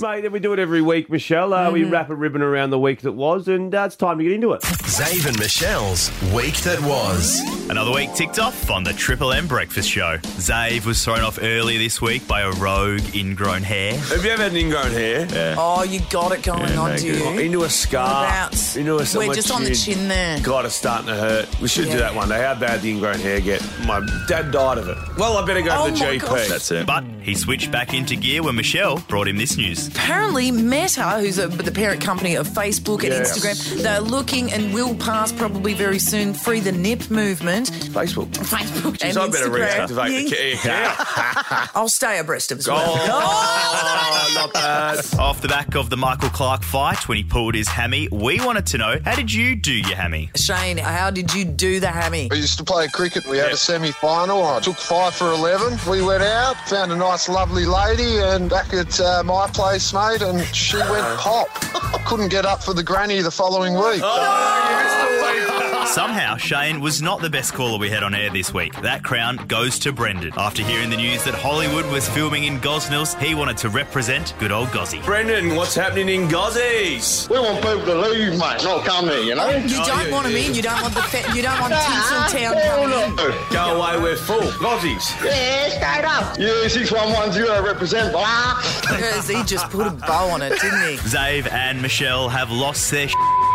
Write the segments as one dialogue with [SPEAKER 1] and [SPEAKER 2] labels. [SPEAKER 1] Mate, then we do it every week, Michelle. Uh,
[SPEAKER 2] Mm-hmm.
[SPEAKER 1] We wrap a ribbon around the week that was, and uh, it's time to get into it.
[SPEAKER 3] Dave and Michelle's Week That Was.
[SPEAKER 4] Another week ticked off on the Triple M Breakfast Show. Zave was thrown off earlier this week by a rogue ingrown hair.
[SPEAKER 5] Have you ever had an ingrown hair? Yeah.
[SPEAKER 2] Oh, you got it going on, do you?
[SPEAKER 5] Into a scar.
[SPEAKER 2] Whereabouts?
[SPEAKER 5] Into a so
[SPEAKER 2] We're
[SPEAKER 5] much
[SPEAKER 2] just on the chin there.
[SPEAKER 5] God, it's starting to hurt. We should
[SPEAKER 2] Yeah.
[SPEAKER 5] do that one day. How bad the ingrown hair get? My dad died of it. Well, I better go
[SPEAKER 2] Oh
[SPEAKER 5] to the
[SPEAKER 2] my
[SPEAKER 5] GP.
[SPEAKER 2] gosh.
[SPEAKER 6] That's it.
[SPEAKER 4] But he switched back into gear when Michelle brought him this news.
[SPEAKER 2] Apparently, Meta, who's a, the parent company of Facebook and
[SPEAKER 5] Yes.
[SPEAKER 2] Instagram, they're looking and will pass probably very soon free the nip movement.
[SPEAKER 5] Facebook.
[SPEAKER 2] Facebook
[SPEAKER 5] Jeez,
[SPEAKER 2] and
[SPEAKER 5] I better
[SPEAKER 2] Instagram. Oh,
[SPEAKER 5] reactivate the key. Yeah.
[SPEAKER 2] I'll stay abreast of as well.
[SPEAKER 5] Oh, not bad.
[SPEAKER 4] Off the back of the Michael Clark fight when he pulled his hammy, we wanted to know how did you do your hammy?
[SPEAKER 2] Shane, how did you do the hammy?
[SPEAKER 7] We used to play cricket. We had a semi final. I took five for 11. We went out, found a nice, lovely lady, and back at uh, my place, mate, and she went pop. I couldn't get up for the granny the following week.
[SPEAKER 4] Somehow, Shane was not the best caller we had on air this week. That crown goes to Brendan. After hearing the news that Hollywood was filming in Gosnells, he wanted to represent good old Gozzy.
[SPEAKER 5] Brendan, what's happening in Gozzies?
[SPEAKER 8] We want people to leave, mate, not come here, you know?
[SPEAKER 2] You don't want them in. You don't want the fe- you don't want Tinseltown coming in.
[SPEAKER 5] Go away, we're full. Gozzies.
[SPEAKER 8] Yeah, straight up. Yeah, 6110 represent. Blah.
[SPEAKER 2] Because he just put a bow on it, didn't he?
[SPEAKER 4] Zave and Michelle have lost their sh-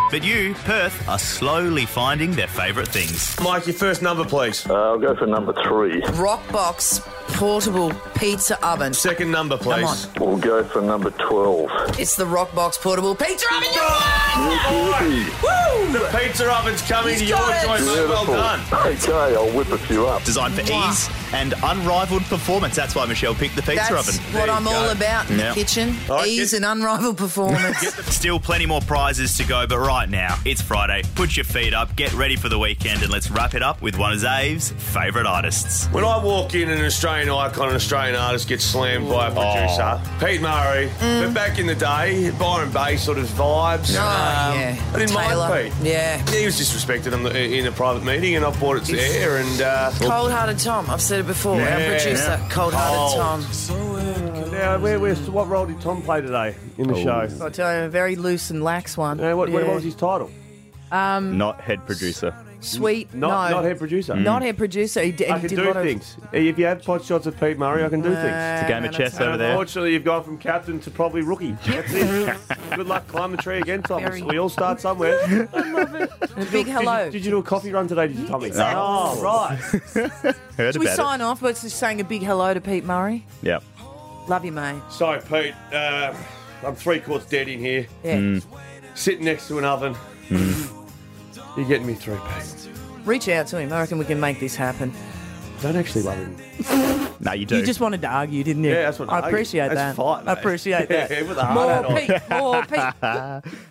[SPEAKER 4] but you, Perth, are slowly finding their favourite things.
[SPEAKER 5] Mike, your first number, please.
[SPEAKER 2] Uh,
[SPEAKER 8] I'll go for number three.
[SPEAKER 2] Rockbox portable pizza oven.
[SPEAKER 5] Second number,
[SPEAKER 2] Come
[SPEAKER 5] please.
[SPEAKER 2] on.
[SPEAKER 8] We'll go for number 12.
[SPEAKER 2] It's the Rockbox portable pizza oven. You
[SPEAKER 5] The pizza oven's coming to your
[SPEAKER 2] got it.
[SPEAKER 5] joint. mate. Well done.
[SPEAKER 8] Okay, I'll whip a few up.
[SPEAKER 4] Designed for
[SPEAKER 2] Wow.
[SPEAKER 4] ease and unrivaled performance. That's why Michelle picked the pizza
[SPEAKER 2] That's
[SPEAKER 4] oven.
[SPEAKER 2] what I'm all
[SPEAKER 5] go.
[SPEAKER 2] about in
[SPEAKER 4] Yeah.
[SPEAKER 2] the kitchen.
[SPEAKER 5] All right,
[SPEAKER 2] Ease
[SPEAKER 5] get-
[SPEAKER 2] and unrivaled performance.
[SPEAKER 4] Still plenty more prizes to go, but right now, it's Friday. Put your feet up, get ready for the weekend, and let's wrap it up with one of Zave's favourite artists.
[SPEAKER 5] When I walk in, an Australian icon, an Australian artist gets slammed by a producer. Pete Murray. But back in the day, Byron Bay sort of vibes.
[SPEAKER 2] Mm. Oh,
[SPEAKER 5] Um,
[SPEAKER 2] yeah.
[SPEAKER 5] I didn't
[SPEAKER 2] Taylor.
[SPEAKER 5] mind Pete.
[SPEAKER 2] Yeah.
[SPEAKER 5] He was disrespected on the, in a private meeting, and I brought it to air. And uh,
[SPEAKER 2] Cold hearted Tom. I've said it before. Our
[SPEAKER 5] Yeah.
[SPEAKER 2] producer,
[SPEAKER 5] Cold.
[SPEAKER 2] cold hearted Tom.
[SPEAKER 1] Now, where, where, what role did Tom play today in the show?
[SPEAKER 2] I tell you, a very loose and lax one.
[SPEAKER 1] Uh, what,
[SPEAKER 2] Yeah.
[SPEAKER 1] what was his title?
[SPEAKER 6] Not head producer.
[SPEAKER 2] Sweet.
[SPEAKER 1] Not,
[SPEAKER 2] no.
[SPEAKER 1] not head producer.
[SPEAKER 2] Not head producer. He, d-
[SPEAKER 1] I
[SPEAKER 2] he
[SPEAKER 1] can
[SPEAKER 2] did a
[SPEAKER 1] do
[SPEAKER 2] lot
[SPEAKER 1] things. If you have pot shots of Pete Murray, I can do
[SPEAKER 2] of.
[SPEAKER 1] things.
[SPEAKER 6] a game of chess over there.
[SPEAKER 1] Unfortunately, you've gone from captain to probably rookie. That's it. Good luck climbing the tree again, Thomas.
[SPEAKER 2] Very-
[SPEAKER 1] We all start somewhere.
[SPEAKER 2] And a big
[SPEAKER 1] Did
[SPEAKER 2] hello.
[SPEAKER 1] you, did you do a coffee run today, did you, Tommy?
[SPEAKER 2] Exactly.
[SPEAKER 1] Oh, right.
[SPEAKER 6] Heard
[SPEAKER 2] Should
[SPEAKER 6] about
[SPEAKER 2] we
[SPEAKER 6] it.
[SPEAKER 2] sign off by just saying a big hello to Pete Murray?
[SPEAKER 6] Yeah.
[SPEAKER 2] Love you, mate.
[SPEAKER 5] so, Pete,
[SPEAKER 1] um,
[SPEAKER 5] uh, I'm three quarts dead in here,
[SPEAKER 2] Yeah.
[SPEAKER 5] sitting next to an oven.
[SPEAKER 6] Hmm.
[SPEAKER 5] You're getting me through, Pete.
[SPEAKER 2] Reach out to him. I reckon we can make this happen.
[SPEAKER 1] Don't actually love him.
[SPEAKER 6] No, you do.
[SPEAKER 2] You just wanted to argue, didn't you?
[SPEAKER 1] Yeah, that's what
[SPEAKER 2] I
[SPEAKER 1] argue.
[SPEAKER 2] appreciate
[SPEAKER 1] That's
[SPEAKER 2] that.
[SPEAKER 1] a fight,
[SPEAKER 2] I
[SPEAKER 1] mate.
[SPEAKER 2] appreciate that.
[SPEAKER 5] Yeah, with a hard
[SPEAKER 2] more
[SPEAKER 5] hat on.
[SPEAKER 2] Pete, more Pete.